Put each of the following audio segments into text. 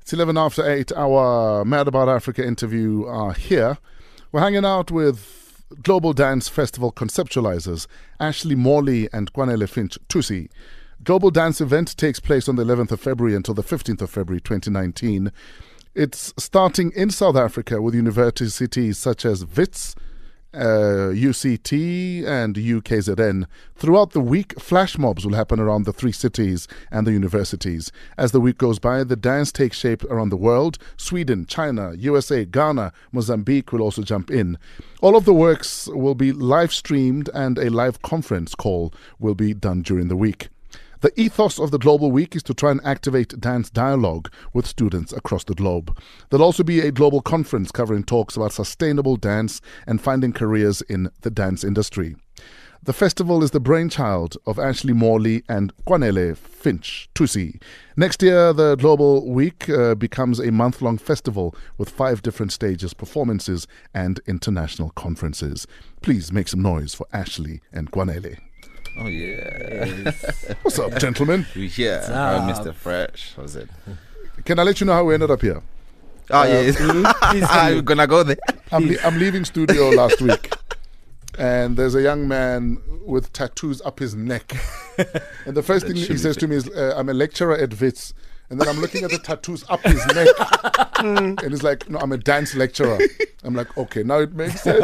It's 11 after 8. Our Mad About Africa interview are here. We're hanging out with Global Dance Festival conceptualizers Ashley Morley and Kwanele Finch Tusi. Global Dance event takes place on the 11th of February until the 15th of February 2019. It's starting in South Africa with universities such as WITS, uh, UCT and UKZN. Throughout the week, flash mobs will happen around the three cities and the universities. As the week goes by, the dance takes shape around the world. Sweden, China, USA, Ghana, Mozambique will also jump in. All of the works will be live streamed, and a live conference call will be done during the week. The ethos of the Global Week is to try and activate dance dialogue with students across the globe. There'll also be a global conference covering talks about sustainable dance and finding careers in the dance industry. The festival is the brainchild of Ashley Morley and Kwanele Finch Tusi. Next year, the Global Week uh, becomes a month long festival with five different stages, performances, and international conferences. Please make some noise for Ashley and Kwanele. Oh yeah, What's up, gentlemen? we here. Oh, Mr. Fresh, how's it? Can I let you know how we ended up here? Oh yeah, I'm gonna go there. I'm, le- I'm leaving studio last week, and there's a young man with tattoos up his neck. And the first That thing he should be says fi- to me is, uh, "I'm a lecturer at Vits," and then I'm looking at the tattoos up his neck, and he's like, "No, I'm a dance lecturer." I'm like, "Okay, now it makes sense."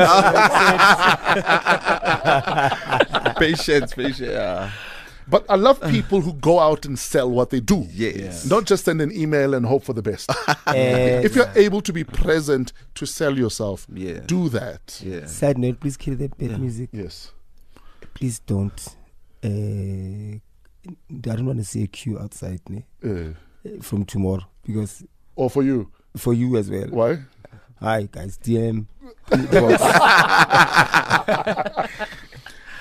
patience, patience. Ah, Yeah. but I love people who go out and sell what they do. Yes. Not just send an email and hope for the best. And if you're able to be present to sell yourself, Yeah. do that. Yeah. side note, please kill the bad music. Yes. Please don't. Uh, I don't want to see a queue outside ne? Uh, uh, from tomorrow because or for you, for you as well. why? Hi guys, DM.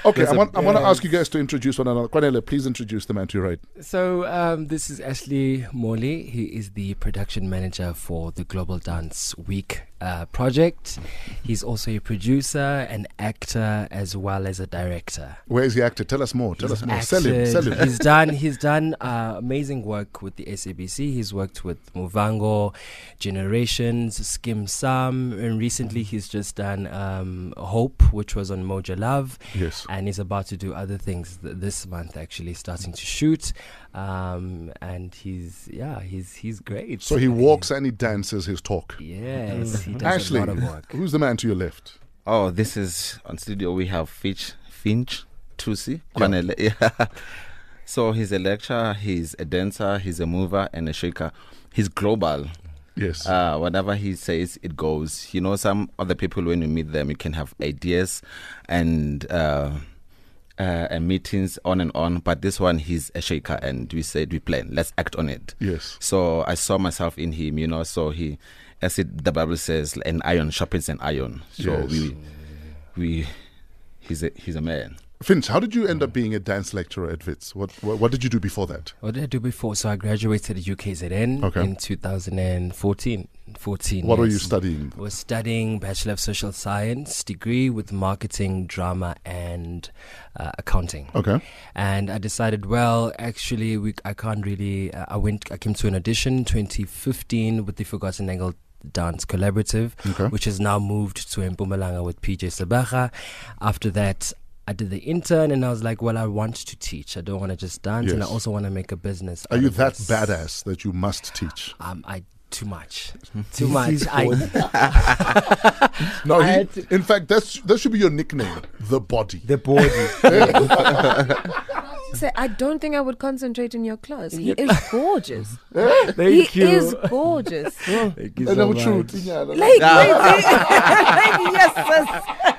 Okay, There's I a- want, I want to ask you guys to introduce one another. Kwanele, please introduce the man to your right. So um, this is Ashley Morley. He is the production manager for the Global Dance Week uh, project. He's also a producer, an actor, as well as a director. Where is he acted? Tell us more. Tell He's us more. Sell him. acted. Sell him. He's done. He's done uh, amazing work with the SABC. He's worked with Movango, Generations, Skim Sam, and recently he's just done um, Hope, which was on Moja Love Yes. and he's about to do other things th- this month actually starting to shoot um and he's yeah he's he's great So he walks and he dances his talk. yes he does Ashley, a lot of work who's the man to your left? Oh, this is on studio. We have Finch, Finch, Yeah. Tusi, Kwanele. Yeah. So he's a lecturer. He's a dancer. He's a mover and a shaker. He's global. Yes. Uh, whatever he says, it goes. You know, some other people, when you meet them, you can have ideas and uh, uh, and meetings on and on. But this one, he's a shaker, and we said we plan. Let's act on it. yes. So I saw myself in him. You know, so he, as it the Bible says, an iron sharpens an iron. So Yes. we, we, he's a he's a man. Finch, how did you end up being a dance lecturer at Vits? What, what What did you do before that? what did i do before so i graduated at ukzn Okay. in 2014 14 What were you yes. studying? was studying bachelor of social science degree with marketing drama and uh, accounting Okay. and I decided, well, actually, we, I can't really. Uh, I went, I came to an audition 2015 with the Forgotten Angle Dance Collaborative, Okay. which has now moved to Mpumalanga with PJ Sabaja. After that, I did the intern, and I was like, well, I want to teach. I don't want to just dance, and I Yes. also want to make a business. Are out you of that this. badass that you must teach? Um, I too much, too This much. is I, No. I he- had to- in fact, that's that should be your nickname, the body. The body. say, I don't think I would concentrate in your class. He is gorgeous. thank he you. is gorgeous. Thank you And so I'm much. true, Tinyana. like, like, yes, sis.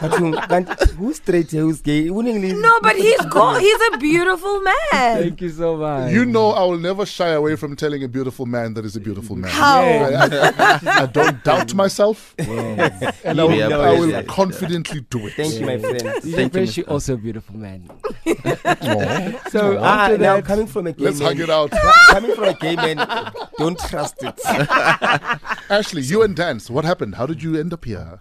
But who- can't- who's straight here? Who's gay? Willingly. No, but he's go- he's a beautiful man. Thank you so much. You know, I will never shy away from telling a beautiful man that is a beautiful man. How? I, I- I don't doubt myself, and I We will, I will appreciate it. confidently do it. Thank you, my friend. Thank you, also a beautiful man. So ah, now coming from a gay Let's man, hug it out. coming from a gay man, don't trust it. Ashley, you and dance. What happened? How did you end up here?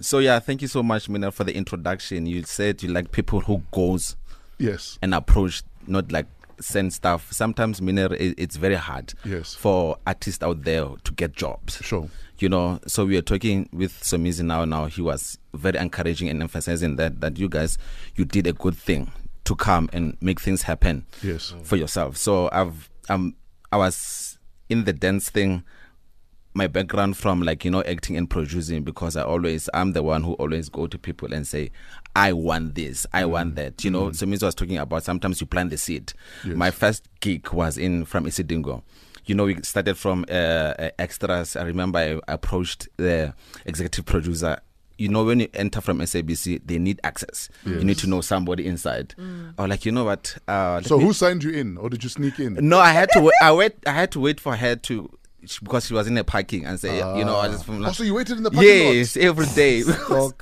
So yeah, thank you so much, Mina, for the introduction. You said you like people who goes Yes. and approach, not like send stuff. Sometimes Miner, i- it's very hard Yes. for artists out there to get jobs. Sure. You know, so we are talking with Somizi now. Now he was very encouraging and emphasizing that that you guys, you did a good thing to come and make things happen Yes. for yourself. So I've um I was in the dance thing my background from like you know acting and producing because I always I'm the one who always go to people and say I want this I want that you know so Mizo was talking about sometimes you plant the seed my first gig was in from Isidingo you know we started from uh, uh, extras I remember I approached the executive producer you know when you enter from SABC they need access you need to know somebody inside I was like you know what uh, let So me- who signed you in, or did you sneak in? no, I had to wait. I wait. I had to wait for her to she- because she was in the parking and say, you know, I just from Oh, like, so you waited in the parking yes, every day. Because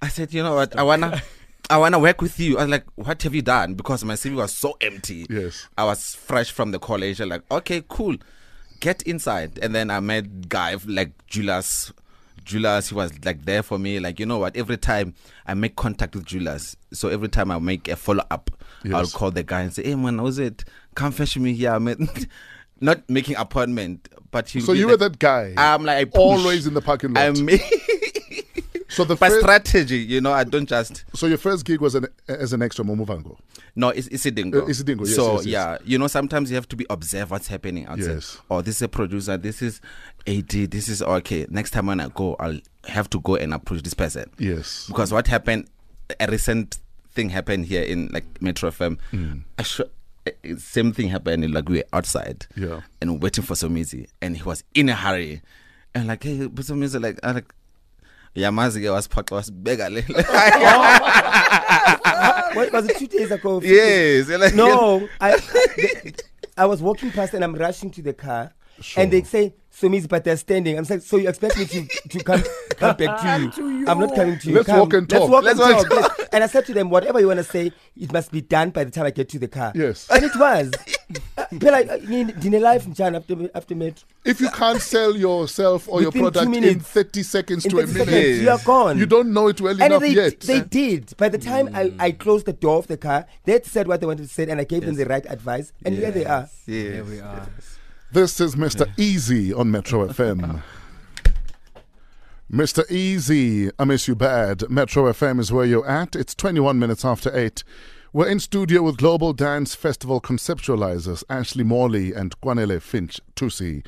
I said, you know what, I wanna, I wanna work with you. I was like, what have you done? Because my CV was so empty. Yes. I was fresh from the college. I'm like, okay, cool, get inside. And then I met guy like Julius. Julius, he was like there for me. Like, you know what? Every time I make contact with Julius, so every time I make a follow up, I'll Yes. call the guy and say, "Hey man, how's it? Come fetch me here." I'm at- not making appointment, but he. lot? So you were that guy. I'm like I push. always in the parking lot. I'm so the by fir- strategy, you know. I don't just so your first gig was an, as an extra Mumuvango. no. It's it's a dingo. Uh, it's a dingo, yes, so yes, yes. yeah, you know, sometimes you have to be observe what's happening outside. Yes. Oh, this is a producer. This is AD. This is okay. Next time when I go, I'll have to go and approach this person. Yes. because what happened a recent thing happened here in like metro fm Mm. I sho- eh, eh, same thing happened like we were outside Yeah. and waiting for somizi and he was in a hurry and like hey but somizi like i like yamazi ke wasiphaxa wasibeka le Oh, What was it two days ago? yes like, No, I, I, I was walking past and I'm rushing to the car, and they say, "So Miss, but they're standing." I'm like, "So you expect me to, to come come back to you. I'm not coming to you. Let's Come. walk and talk. Let's walk Let's and walk- talk. yes. And I said to them, "Whatever you want to say, it must be done by the time I get to the car." Yes. and it was. Uh, Dinner life, John, after after met. If you can't sell yourself or your Within two product in minutes. 30 seconds In to a 30 minute, seconds, you are gone. you don't know it well And enough they, yet. Hmm. they did. By the time I, I closed the door of the car, they said what they wanted to say, and I gave them the right advice. And here they are. Here yes. we are. This is Mr. Easy on Metro FM. Mr. Easy, I miss you bad. Metro FM is where you're at. It's 21 minutes after 8. We're in studio with Global Dance Festival conceptualizers Ashley Morley and Guanele Finch Tusi.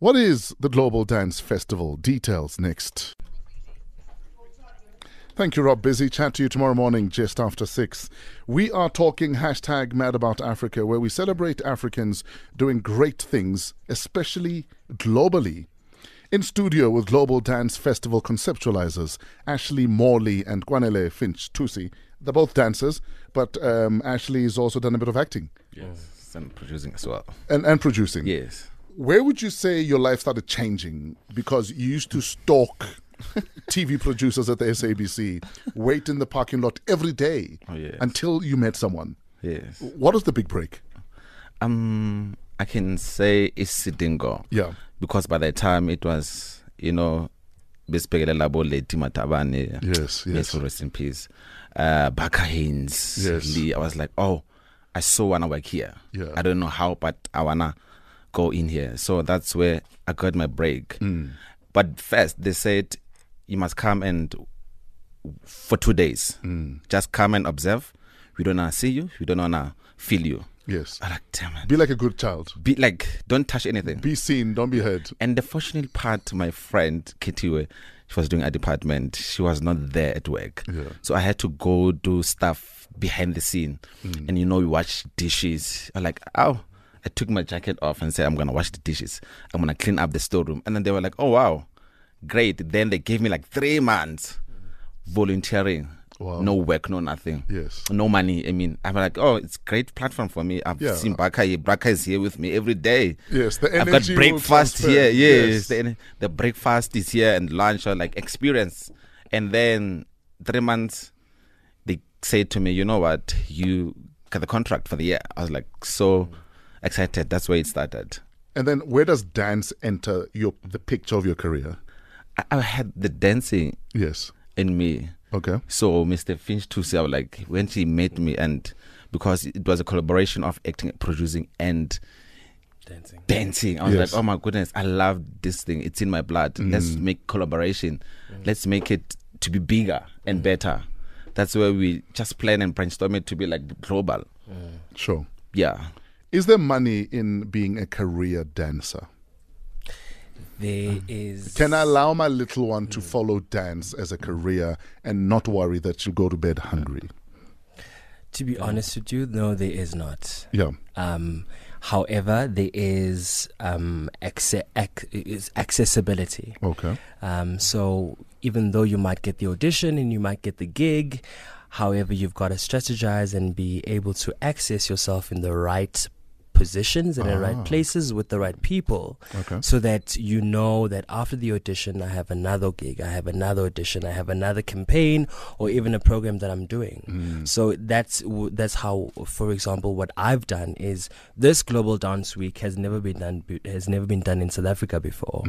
What is the Global Dance Festival? Details next. Thank you, Rob Busy. Chat to you tomorrow morning just after six. We are talking hashtag Mad About Africa, where we celebrate Africans doing great things, especially globally. In studio with Global Dance Festival conceptualizers Ashley Morley and Guanele Finch Tusi. They're both dancers, but um, Ashley has also done a bit of acting yes and producing as well and, and producing. yes Where would you say your life started changing? Because you used to stalk TV producers at the SABC, wait in the parking lot every day Oh, yes. until you met someone. yes What was the big break? um i can say it's dingo Yeah. because by the time it was you know besibhekelela bo lady matabane Yes, May yes. she rest in peace uh Baka Haynes, Yes. Lee, i was like oh i so wanna work here Yeah. i don't know how but i wanna go in here so that's where i got my break Mm. but first they said you must come and for two days Mm. just come and observe we don't wanna see you we don't wanna feel you Yes. i like damn it Be like a good child. be like don't touch anything Be seen, don't be heard. and the fortunate part, my friend Kitiwe, she was doing a department. She was not there at work. Yeah. So I had to go do stuff behind the scene. Mm. And you know, you wash dishes. I'm like, oh, I took my jacket off and said, I'm going to wash the dishes. I'm going to clean up the storeroom. And then they were like, oh, wow, great. Then they gave me like three months volunteering. Wow. No work, no nothing. Yes. No money. I mean, I'm like, oh, it's great platform for me. I've Yeah. seen Baka. here. Baka is here with me every day. Yes, the I've got energy will breakfast transfer. here. Yes, Yes. The, en- the breakfast is here and lunch or like experience. And then three months, they said to me, you know what, you got the contract for the year. I was like so excited. That's where it started. And then where does dance enter your the picture of your career? I, I had the dancing Yes. in me. Okay. So Mr. Finch too, so like when she met me and because it was a collaboration of acting, producing, and Dancing. dancing. I was Yes. like, oh my goodness, I love this thing. It's in my blood. Let's make collaboration. Mm. Let's make it to be bigger and better. That's where we just plan and brainstorm it to be like global. Sure. Yeah. Is there money in being a career dancer? There is. Uh-huh. Can I allow my little one to follow dance as a career and not worry that she'll go to bed hungry? To be honest with you, no, there is not. Yeah. Um, however, there is um, acce- ac- is accessibility. Okay. Um, so even though you might get the audition and you might get the gig, however, you've got to strategize and be able to access yourself in the right positions and the Ah. right places with the right people Okay. so that you know that after the audition i have another gig i have another audition i have another campaign or even a program that i'm doing so that's w- that's how for example what i've done is this global dance week has never been done be- has never been done in south africa before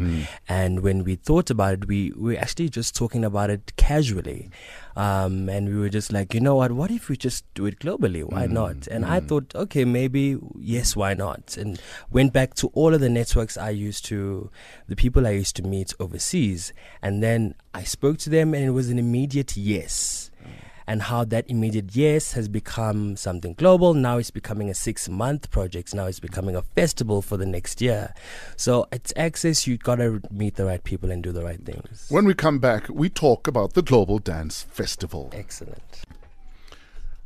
and when we thought about it we we were actually just talking about it casually um, and we were just like you know what what if we just do it globally why not and i thought okay maybe yes why not and went back to all of the networks i used to the people i used to meet overseas and then i spoke to them and it was an immediate yes and how that immediate yes has become something global. Now it's becoming a six month project. Now it's becoming a festival for the next year. So it's access. You gotta meet the right people and do the right things. When we come back, we talk about the Global Dance Festival. Excellent.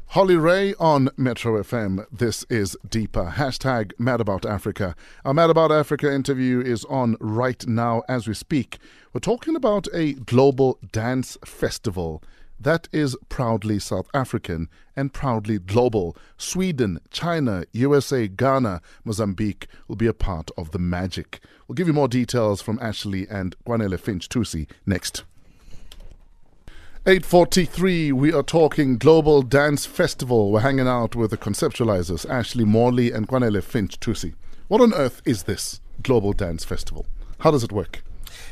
Holly Ray on Metro FM. This is Deeper. Hashtag Mad About Africa. Our Mad About Africa interview is on right now as we speak. We're talking about a global dance festival that is proudly South African and proudly global. Sweden, China, USA, Ghana, Mozambique will be a part of the magic. We'll give you more details from Ashley and Guanele Finch Tusi next. 8.43, we are talking Global Dance Festival. We're hanging out with the conceptualizers, Ashley Morley and Kwanele Finch Tusi. What on earth is this Global Dance Festival? How does it work?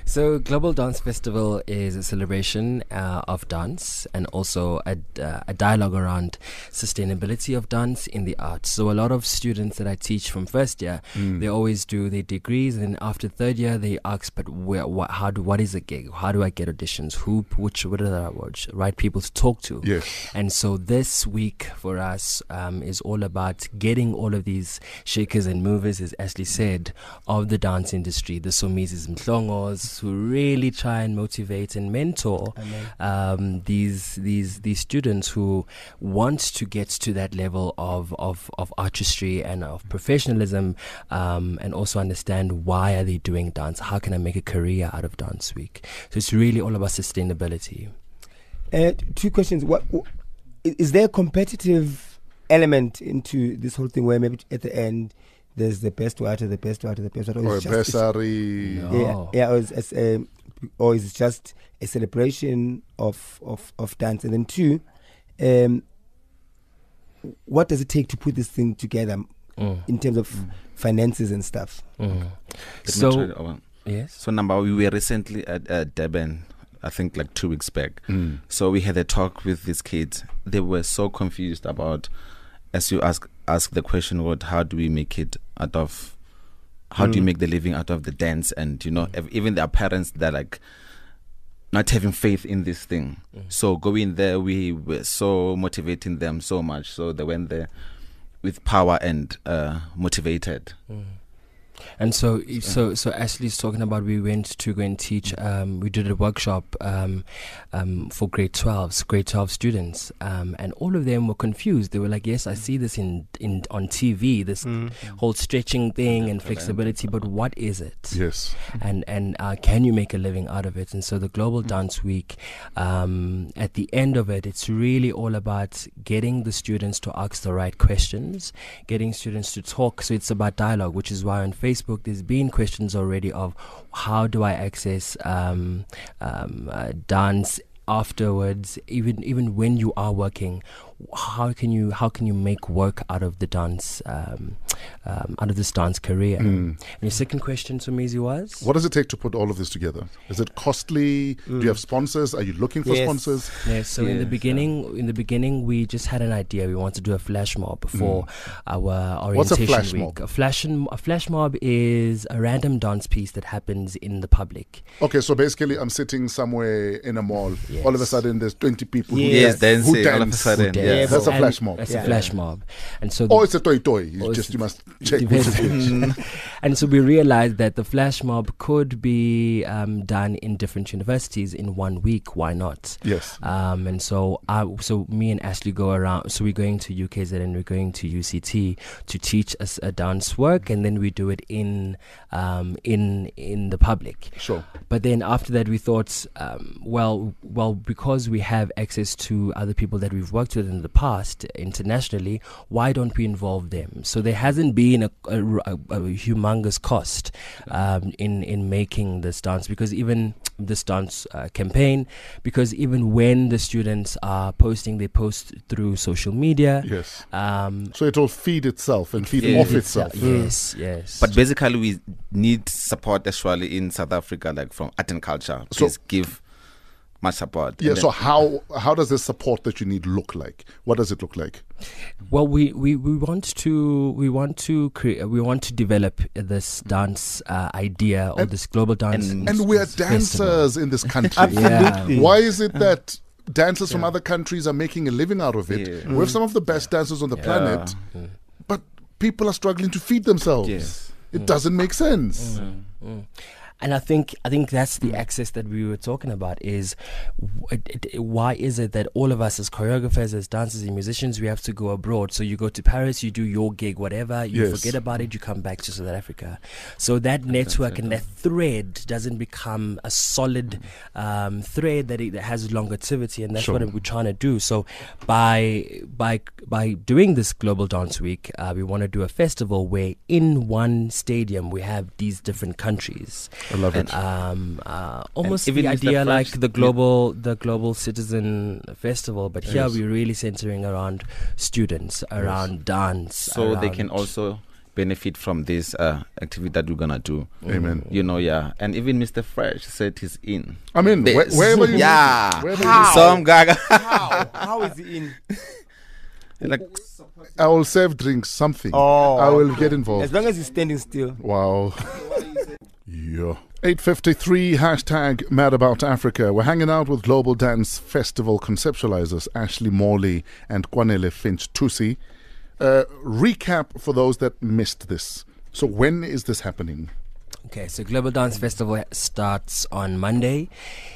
So, Global Dance Festival is a celebration uh, of dance and also a, uh, a dialogue around sustainability of dance in the arts. So, a lot of students that I teach from first year, they always do their degrees, and then after third year, they ask, "But where, what, how do, what is a gig? How do I get auditions? Who, which, what are the which, right people to talk to?" Yes. And so this week for us um, is all about getting all of these shakers and movers, as Ashley said, of the dance industry, the Somizis and Mtlongos, who really try and motivate and mentor um, these these these students who want to get to that level of of, of artistry and of professionalism, um, and also understand why are they doing dance? How can I make a career out of Dance Week? So it's really all about sustainability. Uh, two questions. What, wh- i- is there a competitive element into this whole thing where maybe at the end there's the best out of the best out of the best out? Or a it's just- it's- Besari? No. Yeah, Oh. yeah. Or is, is, um, or is it just a celebration of of of dance? And then two, um, what does it take to put this thing together Mm, in terms of finances and stuff? mm. Let me try So it over. yes. so number we were recently at uh, Durban, I think like two weeks back. Mm. So we had a talk with these kids. They were so confused about, as you ask ask the question, what how do we make it out of, how do you Mm. make the living out of the dance? And you know, ev- even their parents, they're like, not having faith in this thing. Mm. So going there, we were so motivating them so much. So they went there with power and uh, motivated. And so, e, so, so Ashley's talking about we went to go and teach. Um, we did a workshop um, um, for grade twelves, grade twelve students, um, and all of them were confused. They were like, "Yes, I see this in in on TV, this whole stretching thing and flexibility, but what is it?" Yes. and and uh, can you make a living out of it? And so the Global Dance Week, um, at the end of it, it's really all about getting the students to ask the right questions, getting students to talk. So it's about dialogue, which is why on Facebook there's been questions already of how do I access um, um, uh, dance afterwards even even when you are working how can you how can you make work out of the dance um, um, out of this dance career? And your second question, Sumizi, was What does it take to put all of this together? Is it costly? Do you have sponsors? Are you looking for Yes. sponsors? Yeah, so in the Yes, beginning, in the beginning, we just had an idea. We wanted to do a flash mob for our orientation Mm. What's a flash week. mob? A flash m- a flash mob is a random dance piece that happens in the public. Okay, so basically, I'm sitting somewhere in a mall. All of a Yes. sudden, there's 20 people who, Yes, dance, dancing who all of a dance. sudden, who yeah. dance. Yes. That's a And flash mob. That's Yeah. a flash mob, and so Or the- it's a toy toy. You Or just it's- you must check which depends. is which. and so we realized that the flash mob could be um, done in different universities in one week. Why not? Yes. Um, and so I, so me and Ashley go around. So we're going to UKZ and we're going to UCT to teach us a dance work, and then we do it in um, in in the public. Sure. But then after that, we thought, um, well, well, because we have access to other people that we've worked with in the past internationally, why don't we involve them? So there hasn't been a, a, a humongous cost um, in in making this dance because even this dance uh, campaign, because even when the students are posting, they post through social media. Yes. Um, So it'll feed itself and feed feeds off itself. Mm. Yes, yes. But basically, we need support actually in South Africa, like from art and culture. So- Please give much support. And Yeah. then- So how how does this support that you need look like? What does it look like? Well, we, we, we want to we want to create we want to develop this dance uh, idea or this global dance. and- Mm. And we are festival. dancers in this country. Absolutely. Why is it that dancers from other countries are making a living out of it? Yeah. We have some of the best dancers on the planet, but people are struggling to feed themselves. Yes. Mm. It doesn't make sense. And I think I think that's the Mm. access that we were talking about is w- it- it- why is it that all of us as choreographers, as dancers, and musicians, we have to go abroad? So you go to Paris, you do your gig, whatever, you Yes. forget about it, you come back to South Africa. So that network and that thread doesn't become a solid um, thread that it that has longevity, and that's Sure. what we're trying to do. So by by by doing this Global Dance Week, uh, we want to do a festival where in one stadium we have these different countries I love it. um, uh, almost even the if the idea French- like the global the global citizen festival, but here Yes. we're really centering around students, around dance, so they can around- also benefit from this uh, activity that we're gonna do. Amen. You know, yeah. And even Mr. Fresh said he's in. I mean, where, This. where were you? Yeah. Where were you- Some gaga. How? How is he in? like, I will serve drinks, something. Oh. I will get As involved. long as he's standing still. Wow. yeah. 853 hashtag mad about Africa. We're hanging out with Global Dance Festival conceptualizers Ashley Morley and Kwanele Finch Tusi. Uh, recap for those that missed this. So, when is this happening? Okay, so Global Dance Festival starts on Monday,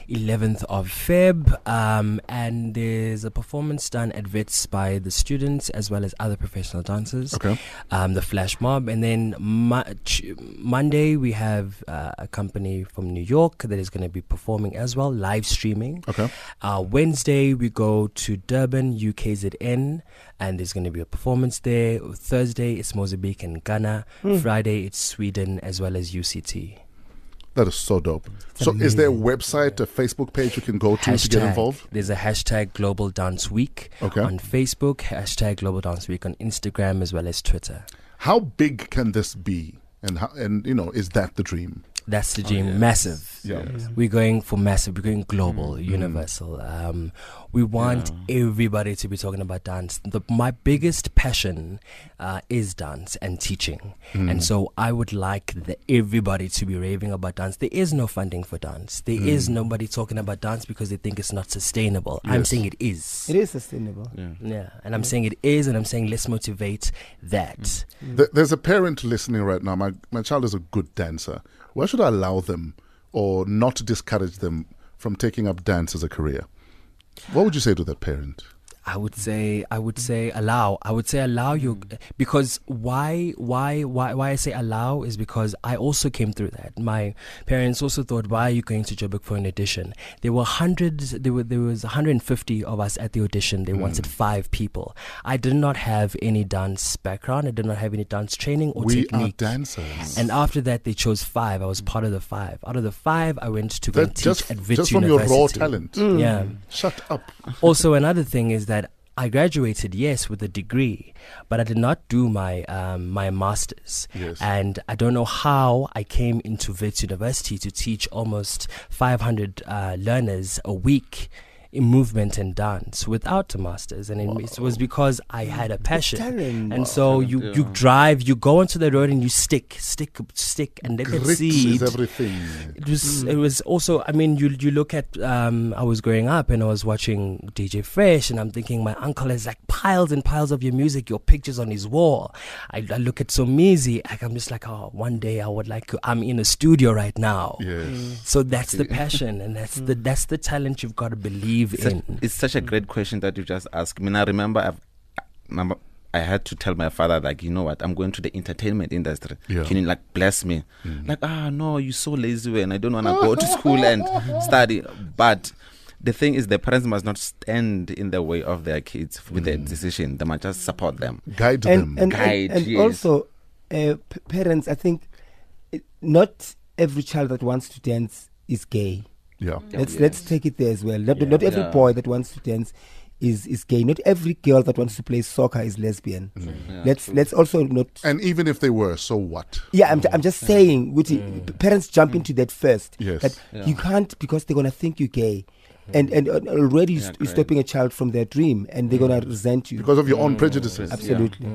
11th of Feb, um, and there's a performance done at VITS by the students as well as other professional dancers. Okay. Um, the Flash Mob, and then Mo- Ch- Monday we have uh, a company from New York that is going to be performing as well, live streaming. Okay. Uh, Wednesday, we go to Durban, UKZN, and there's going to be a performance there. Thursday, it's Mozambique and Ghana. Hmm. Friday, it's Sweden as well as UCT. That is so dope. so, is there a website, a Facebook page you can go to to get involved? There's a hashtag Global Dance Week Okay. on Facebook, hashtag Global Dance Week on Instagram as well as Twitter. How big can this be? And, how, and you know, is that the dream? That's the dream. Massive. Yeah. We're going for massive. We're going global, universal. Um, we want everybody to be talking about dance. The, my biggest passion uh, is dance and teaching, and so I would like the, everybody to be raving about dance. There is no funding for dance. There is nobody talking about dance because they think it's not sustainable. I'm saying it is. It is sustainable. Yeah, and I'm saying it is, and I'm saying let's motivate that. Th- There's a parent listening right now. My, my child is a good dancer. Why should I allow them or not discourage them from taking up dance as a career? What would you say to that parent? I would say I Mm. would say allow. I would say allow you because why why why why I say allow is because I also came through that. My parents also thought, why are you going to Joburg for an audition? There were hundreds. There were there was 150 of us at the audition. They Mm. wanted five people. I did not have any dance background. I did not have any dance training or we technique. are dancers. And after that, they chose five. I was part of the five. Out of the five, I went to go that and teach just, at Wits just from your raw Mm. University. talent. Yeah Shut up. also another thing is that I graduated, yes, with a degree, but I did not do my um, my masters. Yes. And I don't know how I came into Wits University to teach almost 500 uh, learners a week in movement and dance without a masters and it, it was because I had a passion talent. and so you you drive you go onto the road and you stick stick stick and let Grit it is seed everything. it was Mm. it was also I mean you you look at um I was growing up and I was watching DJ Fresh and I'm thinking my uncle has like piles and piles of your music your pictures on his wall I, I look at Somizi like I'm just like oh one day I would like to, I'm in a studio right now Yes. so that's the passion and that's the that's the talent you've got to believe Such- in Mm. it's such a great question that you just asked. I mean, I remember I've, remember I had to tell my father, like, you know what, I'm going to the entertainment industry. Yeah. Can you, like, bless me? Like, ah, no, you're so lazy and I don't want to go to school and study. But the thing is, the parents must not stand in the way of their kids with their decision. They must just support them. Mm. Guide and, them. and, Guide, and, and yes. also uh, p- parents i think uh, not every child that wants to dance is gay yeah. let's let's take it there as well not, not every Oh, Yeah. boy that wants to dance is is gay not every girl that wants to play soccer is lesbian Mm. let's let's also not And even if they were, so what? yeah, I'm, I'm Mm. just saying, Wuti, p- parents jump into that first. Mm. Yes. That you can't because they're going to think you're gay. Mm. And, and uh, already you're st- you're stopping a child from their dream and Mm. they're going to resent you. Because of your Mm. own prejudices. Absolutely.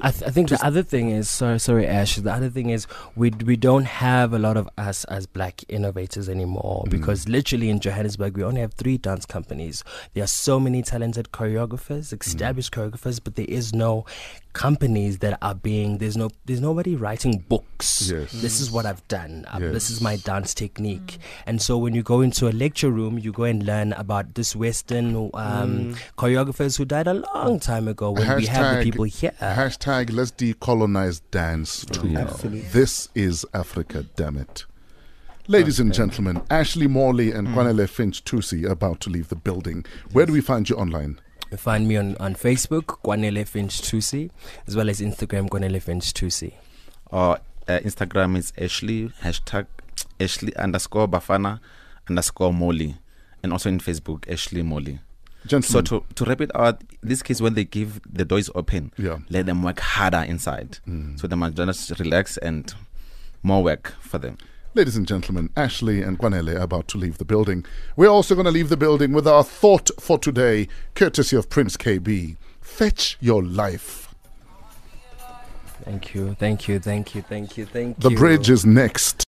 I, th- I think the other thing is sorry, sorry, Ash. The other thing is we d- we don't have a lot of us as black innovators Mm. anymore because literally in Johannesburg we only have three dance companies. There are so many talented choreographers, Mm. established choreographers, but there is no companies that are being there's no there's nobody writing books. Yes. Mm. This is what I've done. Uh, This is Yes. my dance technique. And so when you go into a lecture room, you go and learn about this Western um, Mm. choreographers who died a long time ago when we have the people here. Hashtag let's decolonize dance too. Absolutely. This is Africa, damn it. Ladies and gentlemen, Ashley Morley Mm. and Kwanele Finch Tusi about to leave the building. Where do we find you online? You Find me on, on Facebook, Kwanele Finch Tusi, as well as Instagram, Kwanele Finch Tusi. Or uh, Instagram is Ashley, hashtag Ashley underscore Bafana underscore Molly. And also in Facebook, Ashley Molly. So Gentlemen, to, to wrap it out, these kids when they give the door is open, Yeah. Mm. let them work harder inside. So they must just relax and more work for them. ladies and gentlemen, Ashley and Kwanele are about to leave the building. We're also going to leave the building with our thought for today, courtesy of Prince KB. Fetch your life. Thank you, thank you, thank you, thank you, thank The you. bridge is next.